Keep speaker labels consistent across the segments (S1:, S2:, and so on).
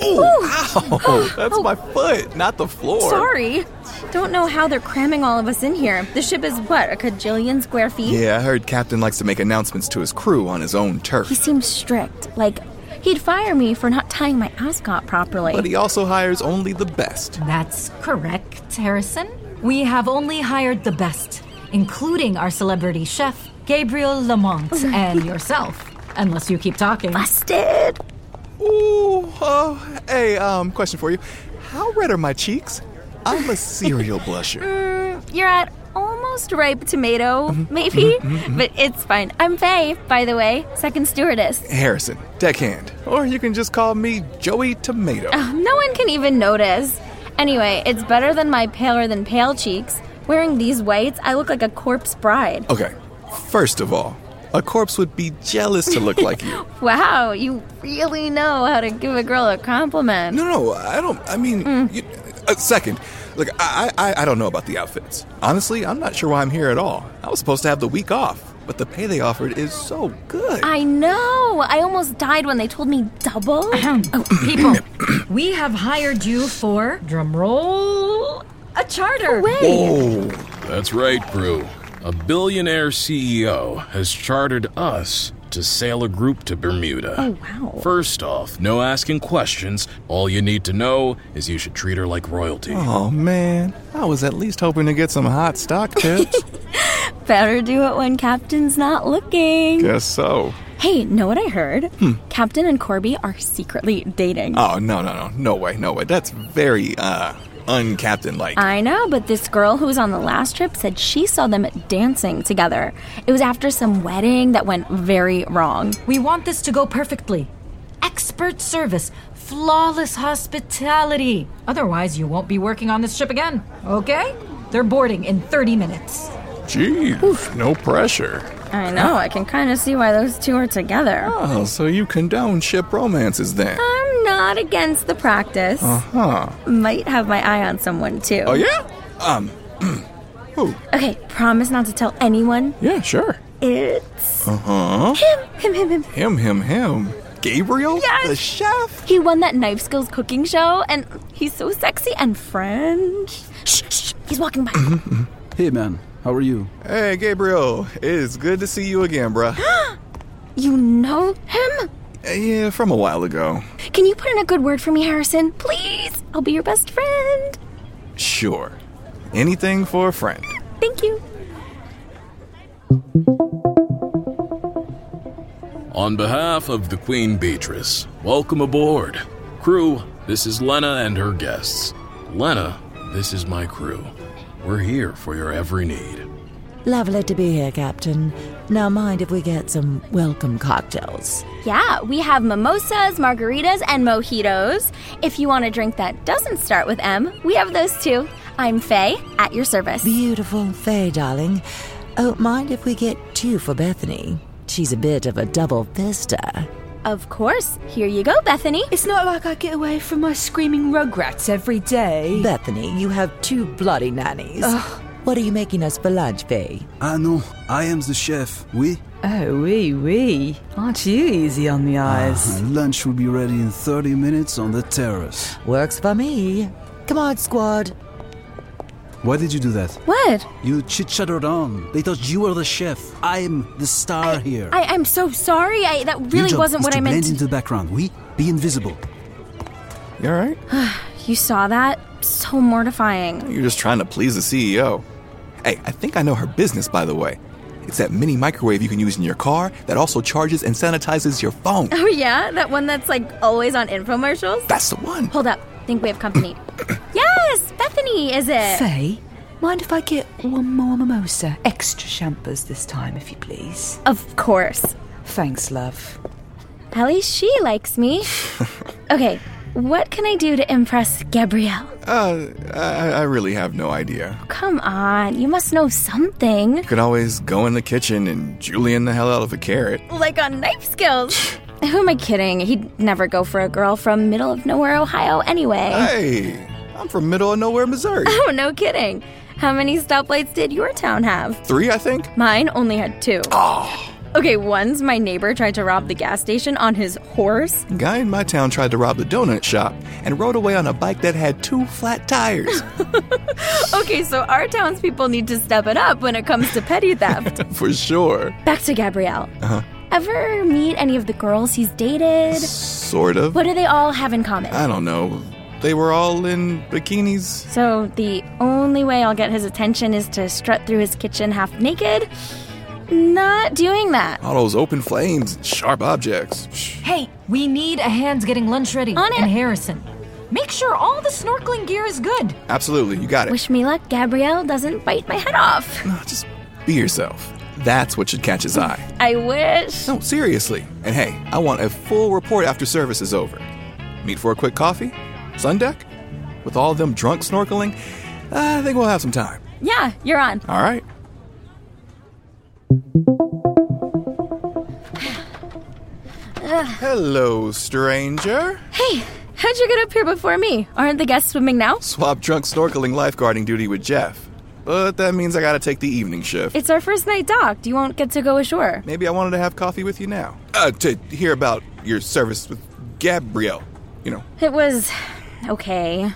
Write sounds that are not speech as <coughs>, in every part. S1: Ow! Oh, That's my foot, not the floor.
S2: Sorry. Don't know how they're cramming all of us in here. The ship is what, a cajillion square feet?
S1: Yeah, I heard Captain likes to make announcements to his crew on his own
S2: He
S1: turf.
S2: seems strict. Like, he'd fire me for not tying my ascot properly.
S1: But he also hires only the best.
S3: That's correct, Harrison. We have only hired the best, including our celebrity chef, Gabriel Lamont,
S4: Oh.
S3: and yourself. Unless you keep talking.
S2: Busted.
S1: Ooh, uh, hey, um, question for you. How red are my cheeks? I'm a serial blusher.
S2: <laughs> Mm, You're at almost ripe tomato, maybe? But it's fine. I'm Faye, by the way, second stewardess.
S1: Harrison, deckhand. Or you can just call me Joey Tomato.
S2: No one can even notice. Anyway, it's better than my paler than pale cheeks. Wearing these whites, I look like a corpse bride.
S1: Okay, first of all, a corpse would be jealous to look like you.
S2: Wow, you really know how to give a girl a compliment.
S1: No, no, I don't. I mean,
S2: Mm.
S1: you, a second. Look, I, I, I don't know about the outfits. Honestly, I'm not sure why I'm here at all. I was supposed to have the week off, but the pay they offered is so good.
S2: I know. I almost died when they told me double.
S4: Oh.
S3: People, we have hired you for drumroll a charter.
S2: Wait,
S1: oh,
S5: That's right, Brew. A billionaire CEO has chartered us to sail a group to Bermuda. Oh, wow. First off, no asking questions. All you need to know is you should treat her like royalty.
S1: oh man, I was at least hoping to get some hot stock
S2: <laughs>
S1: tips.
S2: better do it when Captain's not looking.
S1: Guess so.
S2: Hey, know what I heard? Captain and Corby are secretly dating.
S1: Oh no, no, no, no way, no way. That's very uh uncaptain like.
S2: I know, but this girl who was on the last trip said she saw them dancing together. It was after some wedding that went very wrong.
S3: We want this to go perfectly. Expert service, flawless hospitality. Otherwise, you won't be working on this ship again, okay? They're boarding in 30 minutes.
S1: Jeez, no pressure.
S2: I know, I can kind of see why those two are together.
S1: Oh, so you condone ship romances then?
S2: I'm not against the practice.
S1: Huh?
S2: Might have my eye on someone too.
S1: Uh-huh. Oh yeah? Um. who?
S2: Okay, promise not to tell anyone.
S1: Yeah, sure.
S2: It's Uh-huh.
S1: Huh?
S2: him, him, him.
S1: Him, him, him. Gabriel?
S2: Yes.
S1: The chef?
S2: He won that knife skills cooking show, and he's so sexy and French. Shh, shh, he's walking by.
S1: Mm-hmm.
S6: Hey, man, how are you?
S1: Hey, Gabriel. It's good to see you again,
S2: <gasps>
S1: bruh.
S2: You know him?
S1: yeah, from a while ago.
S2: Can you put in a good word for me, Harrison? Please, I'll be your best friend.
S1: Sure. Anything for a friend.
S2: Thank you.
S5: On behalf of the Queen Beatrice, welcome aboard. Crew, this is Lena and her guests. Lena, this is my crew. We're here for your every need.
S4: Lovely to be here, Captain. Now, mind if we get some welcome cocktails?
S2: Yeah, we have mimosas, margaritas, and mojitos. If you want a drink that doesn't start with M, we have those too. I'm Faye, at your service.
S4: Beautiful Faye, darling. Oh, mind if we get two for Bethany? She's a bit of a double fister.
S2: Of course, here you go, Bethany.
S7: It's not like I get away from my screaming rugrats every day.
S4: Bethany, you have two bloody nannies. What are you making us for lunch, Faye?
S6: Ah, no, I am the chef. We?
S7: Oh, wee wee. Aren't you easy on the
S3: Uh-huh.
S7: eyes?
S6: Lunch will be ready in 30 minutes on the terrace.
S4: Works for me. Come on, squad.
S6: Why did you do that?
S2: What?
S6: You chit chattered on. They thought you were the chef. I'm the star here.
S2: I, I'm so sorry. I that
S6: Your
S2: really
S6: job
S2: wasn't
S6: is
S2: what
S6: to
S2: I meant.
S6: Blend into the background. We? Be invisible.
S1: You alright?
S2: you saw that? So mortifying. <laughs>
S1: You're just trying to please the CEO. Hey, I think I know her business, by the way. It's that mini microwave you can use in your car that also charges and sanitizes your phone.
S2: Oh yeah, that one that's like always on infomercials.
S1: That's the one.
S2: Hold up, think we have
S6: <coughs>
S2: company. yes, Bethany, is it?
S7: Faye, mind if I get one more mimosa? Extra champers this time, if you please.
S2: Of course.
S7: Thanks, love.
S2: At least she likes
S6: <laughs>
S2: me. okay, what can I do to impress Gabrielle? Oh.
S1: Uh, I, I really have no idea.
S2: Come on, you must know something.
S1: You could always go in the kitchen and Julian the hell out of a carrot.
S2: Like on knife skills. <laughs> Who am I kidding? He'd never go for a girl from middle of nowhere, Ohio, anyway.
S1: Hey, I'm from middle of nowhere, Missouri.
S2: <laughs> oh, no kidding. How many stoplights did your town have?
S1: Three, I think.
S2: Mine only had two. Oh. Okay, once my neighbor tried to rob the gas station on his horse.
S1: Guy in my town tried to rob the donut shop and rode away on a bike that had two flat tires. <laughs>
S2: Okay, so our townspeople need to step it up when it comes to petty theft.
S1: For sure.
S2: Back to Gabrielle. Ever meet any of the girls he's dated?
S1: Sort of.
S2: What do they all have in common?
S1: I don't know. They were all in bikinis.
S2: So the only way I'll get his attention is to strut through his kitchen half naked. Not doing that.
S1: All those open flames and sharp objects. Shh.
S3: Hey, we need a hands getting lunch ready.
S2: On it.
S3: And Harrison, make sure all the snorkeling gear is good.
S1: Absolutely, you got it.
S2: Wish me luck, Gabrielle doesn't bite my head off.
S1: No, just be yourself. That's what should catch his eye.
S2: I wish.
S1: No, seriously. And hey, I want a full report after service is over. Meet for a quick coffee? Sun deck? With all them drunk snorkeling? I think we'll have some time.
S2: Yeah, you're on.
S1: All right. Hello, stranger.
S2: Hey, how'd you get up here before me? Aren't the guests swimming now?
S1: Swap drunk snorkeling lifeguarding duty with Jeff. But that means I gotta take the evening shift.
S2: It's our first night docked. You won't get to go ashore.
S1: Maybe I wanted to have coffee with you now. Uh, to hear about your service with Gabrielle. You know,
S2: It was okay.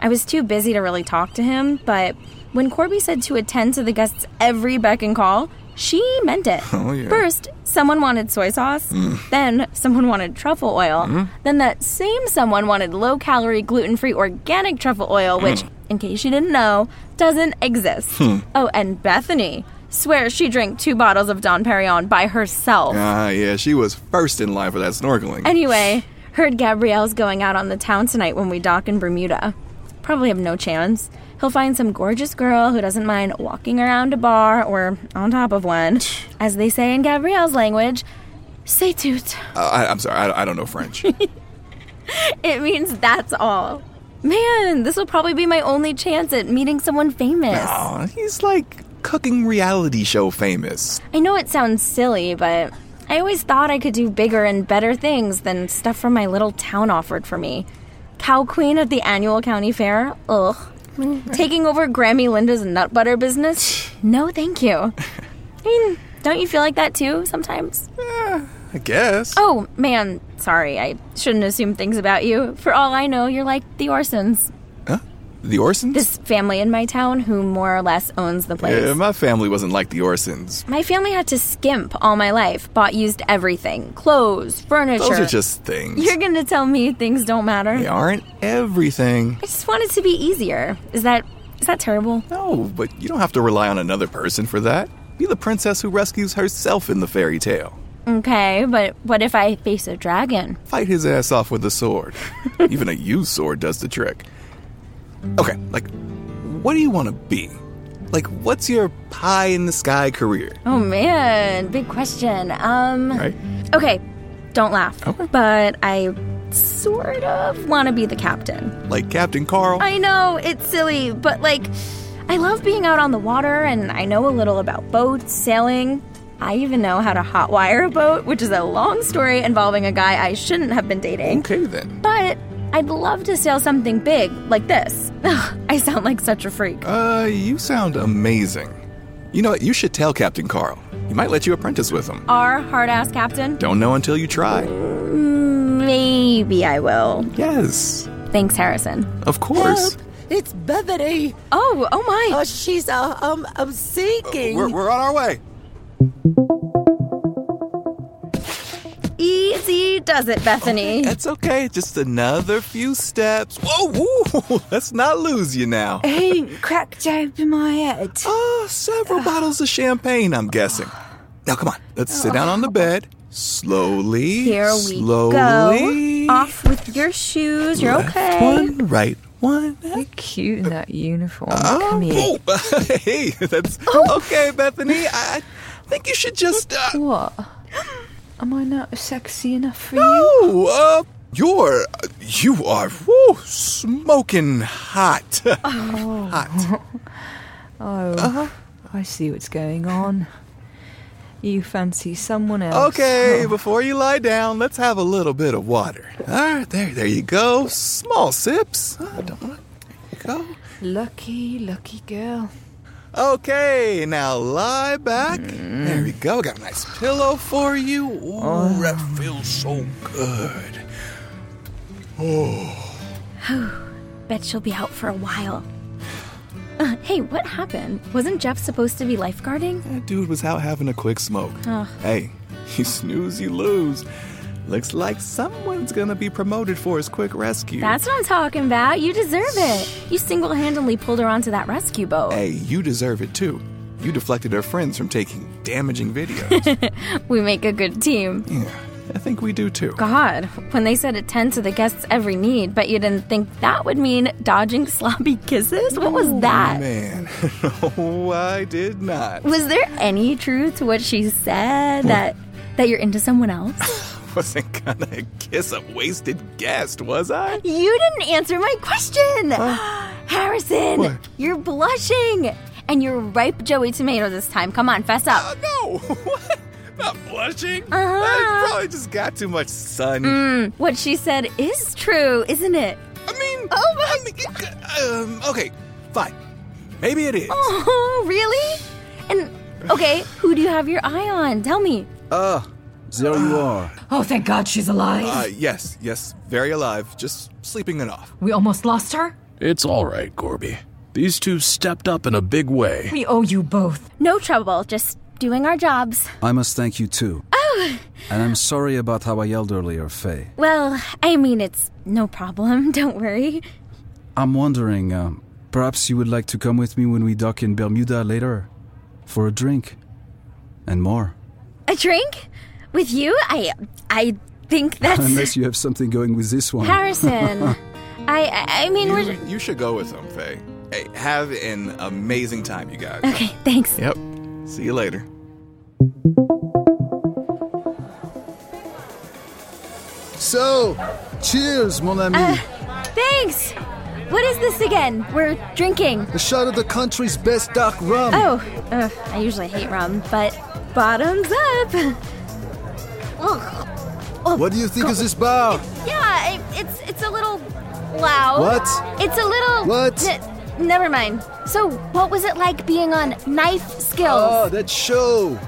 S2: I was too busy to really talk to him, but when Corby said to attend to the guests every beck and call, she meant it.
S1: <laughs> Oh, yeah. Mm.
S2: First, someone wanted soy sauce. Then, someone wanted truffle oil.
S1: Mm-hmm.
S2: Then, that same someone wanted low calorie, gluten free, organic truffle
S1: Mm.
S2: oil, which, in case you didn't know, doesn't exist.
S1: Hmm.
S2: Oh, and Bethany swears she drank two bottles of Don Perignon by herself.
S1: Ah, yeah, she was first in line for that snorkeling.
S2: Anyway, heard Gabrielle's going out on the town tonight when we dock in Bermuda. Probably have no chance. He'll find some gorgeous girl who doesn't mind walking around a bar or on top of one. As they say in Gabrielle's language, say toot.
S1: Uh, I, I'm sorry, I, I don't
S2: <laughs>
S1: know French.
S2: It means that's all. Man, this will probably be my only chance at meeting someone famous.
S1: Aw, he's like cooking reality show famous.
S2: I know it sounds silly, but I always thought I could do bigger and better things than stuff from my little town offered for me. Cow Queen at the annual county fair? Ugh. Taking over Grammy Linda's nut butter business? No, thank you. I mean, don't you feel like that too sometimes?
S1: I guess.
S2: Oh, man, sorry, I shouldn't assume things about you. For all I know, you're like the Orsons.
S1: The Orsons?
S2: This family in my town who more or less owns the place.
S1: yeah, my family wasn't like the Orsons.
S2: My family had to skimp all my life, bought used everything clothes, furniture.
S1: Those are just things.
S2: You're gonna tell me things don't matter?
S1: They aren't everything.
S2: I just want it to be easier. Is that is that terrible?
S1: No, but you don't have to rely on another person for that. Be the princess who rescues herself in the fairy tale.
S2: Okay, but what if I face a dragon?
S1: Fight his ass off with
S2: <laughs>
S1: a sword. Even a used sword does the trick. Okay, like, what do you want to be? Like, what's your pie in the sky career?
S2: Oh man, big question. Um
S1: Right?
S2: okay, don't laugh. But I sort of want to be the captain.
S1: Like Captain Carl?
S2: I know it's silly, but like I love being out on the water and I know a little about boats, sailing. I even know how to hotwire a boat, which is a long story involving a guy I shouldn't have been dating.
S1: okay, then.
S2: But I'd love to sail something big like this. Ugh, I sound like such a freak.
S1: Uh, you sound amazing. You know what? You should tell Captain Carl. He might let you apprentice with him.
S2: Our hard ass captain?
S1: Don't know until you try.
S2: Maybe I will.
S1: Yes,
S2: Thanks, Harrison.
S1: of course.
S8: Um, It's Bethany.
S2: Oh, oh my.
S8: Oh, she's uh, um, I'm sinking.
S1: Uh, We're, we're on our way.
S2: Easy does it, Bethany.
S1: That's okay. Just another few steps. Whoa, whoa. <laughs> Let's not lose you now.
S7: He cracked open my head.
S1: Oh, several bottles of champagne, I'm guessing. Now, come on. Let's sit down on the bed. Slowly.
S2: Here we
S1: slowly.
S2: go. Off with your shoes. You're
S1: Left
S2: okay.
S1: One, right one.
S7: Cute in that uniform.
S1: Oh,
S7: Come here.
S1: oh, <laughs> hey, that's
S2: Oh.
S1: okay, Bethany. I think you should just. Uh,
S7: What? Am I not sexy enough for you?
S1: oh, uh, you're. You are woo, smoking hot. <laughs> hot.
S7: Oh,
S1: Uh-huh.
S7: I see what's going on. You fancy someone else. <laughs>
S1: Okay, before you lie down, let's have a little bit of water. All right, there, there you go. Small sips. I don't want to. There you go.
S7: Lucky, lucky girl.
S1: Okay, now lie back. There we go. Got a nice pillow for you. Ooh, that feels so good.
S2: Bet she'll be out for a while. Uh, hey, what happened? Wasn't Jeff supposed to be lifeguarding?
S1: That dude was out having a quick smoke. Hey, <laughs> you snooze, you lose. Looks like someone's gonna be promoted for his quick rescue.
S2: That's what I'm talking about. You deserve it. You single handedly pulled her onto that rescue boat.
S1: Hey, you deserve it too. You deflected her friends from taking damaging
S2: <laughs>
S1: videos.
S2: We make a good team.
S1: yeah, I think we do too.
S2: God, when they said attend to the guests' every need, but you didn't think that would mean dodging <laughs> sloppy kisses? What was that?
S1: Man, <laughs> no, I did not. <laughs>
S2: Was there any truth to what she said that that you're into someone else?
S1: Wasn't gonna kiss a wasted guest,
S2: <laughs>
S1: was I?
S2: You didn't answer my question. <gasps> Harrison,
S1: What?
S2: you're blushing. And you're ripe Joey Tomato this time. Come on, fess up.
S1: Uh, No, <laughs> what? Not blushing?
S2: Uh-huh. Mm.
S1: I probably just got too much sun.
S2: What she said is true, isn't it?
S1: Uh, I mean,
S2: Oh my
S1: I mean, it- um, okay, fine. Maybe it is.
S2: Oh, really? And okay, who do you have your eye on? Tell me.
S6: There you are.
S3: Oh, thank God she's alive.
S1: Uh, yes, yes, very alive, just sleeping it off.
S3: we almost lost her.
S5: It's all right, Gorby. These two stepped up in a big way.
S3: We owe you both.
S2: No trouble, just doing our jobs.
S6: I must thank you too. Oh. And I'm sorry about how I yelled earlier, Faye.
S2: Well, I mean, it's no problem. <laughs> Don't worry.
S6: I'm wondering, um, perhaps you would like to come with me when we dock in Bermuda later for a drink and more.
S2: A drink with you? I I think that's
S6: Unless you have something going with this one.
S2: Harrison.
S1: <laughs>
S2: I I, I mean,
S1: You,
S2: we're
S1: you should go with them, Faye. Hey, have an amazing time, you guys.
S2: okay. Thanks.
S1: Yep. See you later.
S6: So, cheers, mon ami.
S2: Uh, Thanks. What is this again? We're drinking.
S6: a shot of the country's best dark rum.
S2: Oh, ugh, I usually hate rum, but bottoms up. <laughs> Ugh. Oh,
S6: What do you think of this bar?
S2: Yeah, it, it's it's a little loud.
S6: What?
S2: It's a little.
S6: What?
S2: N- never mind. So, what was it like being on knife skills?
S6: Oh, that show!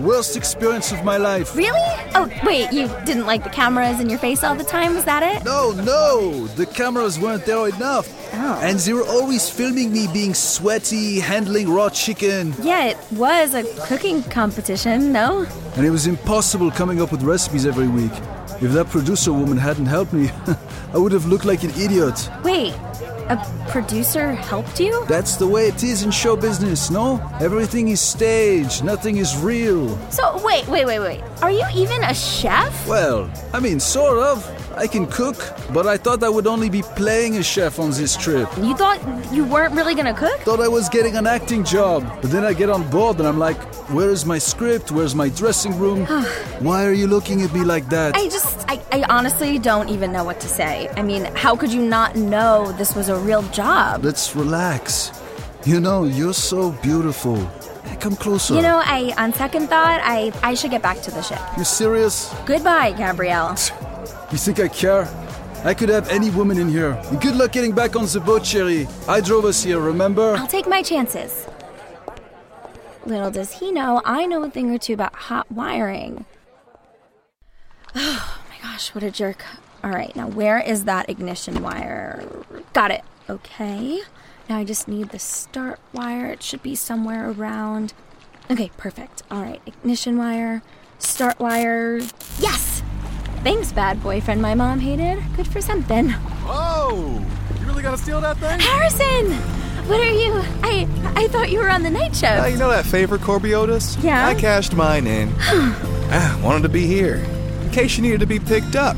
S6: Worst experience of my life.
S2: Really? Oh, wait, you didn't like the cameras in your face all the time? Was that it?
S6: No, no, the cameras weren't there enough.
S2: Oh.
S6: And they were always filming me being sweaty, handling raw chicken.
S2: Yeah, it was a cooking competition, no?
S6: And it was impossible coming up with recipes every week. If that producer woman hadn't helped me, <laughs> I would have looked like an idiot.
S2: Wait, a producer helped you?
S6: That's the way it is in show business, no? Everything is staged, nothing is real.
S2: So, wait, wait, wait, wait. Are you even a chef?
S6: Well, I mean, sort of. I can cook, but I thought I would only be playing a chef on this trip.
S2: You thought you weren't really gonna cook?
S6: Thought I was getting an acting job, but then I get on board and I'm like, where is my script? Where's my
S2: <sighs>
S6: dressing room? Why are you looking at me like that?
S2: I just, I, I honestly don't even know what to say. I mean, how could you not know this was a real job?
S6: Let's relax. You know, you're so beautiful. Hey, come closer.
S2: You know, I, on second thought, I, I should get back to the ship.
S6: you serious?
S2: Goodbye, Gabrielle.
S6: You think I care? I could have any woman in here. And good luck getting back on the boat, Cherry. I drove us here, remember?
S2: I'll take my chances. Little does he know, I know a thing or two about hot wiring. <sighs> Oh my gosh, what a jerk. All right, now where is that ignition wire? Got it. Okay. Now I just need the start wire. It should be somewhere around. Okay, perfect. All right, ignition wire, start wire. Yes! Thanks, bad boyfriend my mom hated. Good for something.
S1: Oh, you really gotta steal that thing?
S2: Harrison! What are you? I I thought you were on the night show.
S1: Uh, you know that favor, Corbiotis?
S2: Yeah?
S1: I cashed mine in.
S2: <sighs>
S1: ah, wanted to be here in case you needed to be picked up,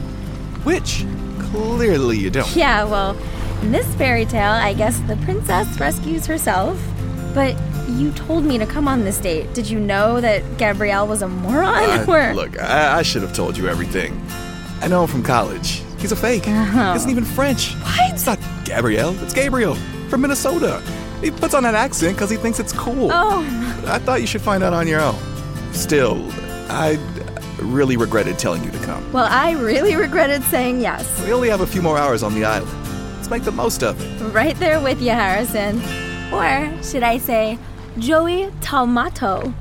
S1: which clearly you don't.
S2: yeah, well, in this fairy tale, I guess the princess rescues herself. But you told me to come on this date. Did you know that Gabrielle was a <laughs> moron?
S1: I-
S2: or
S1: Uh, look, I, I should have told you everything. I know him from college. He's a fake. He isn't even French. What? It's not Gabrielle. It's Gabriel from Minnesota. He puts on that accent because he thinks it's cool.
S2: oh,
S1: I thought you should find out on your own. Still, I really regretted telling you to come.
S2: well, I really regretted saying yes.
S1: We only have a few more hours on the island. Let's make the most of it.
S2: Right there with you, Harrison. Or should I say, Joey Talmato.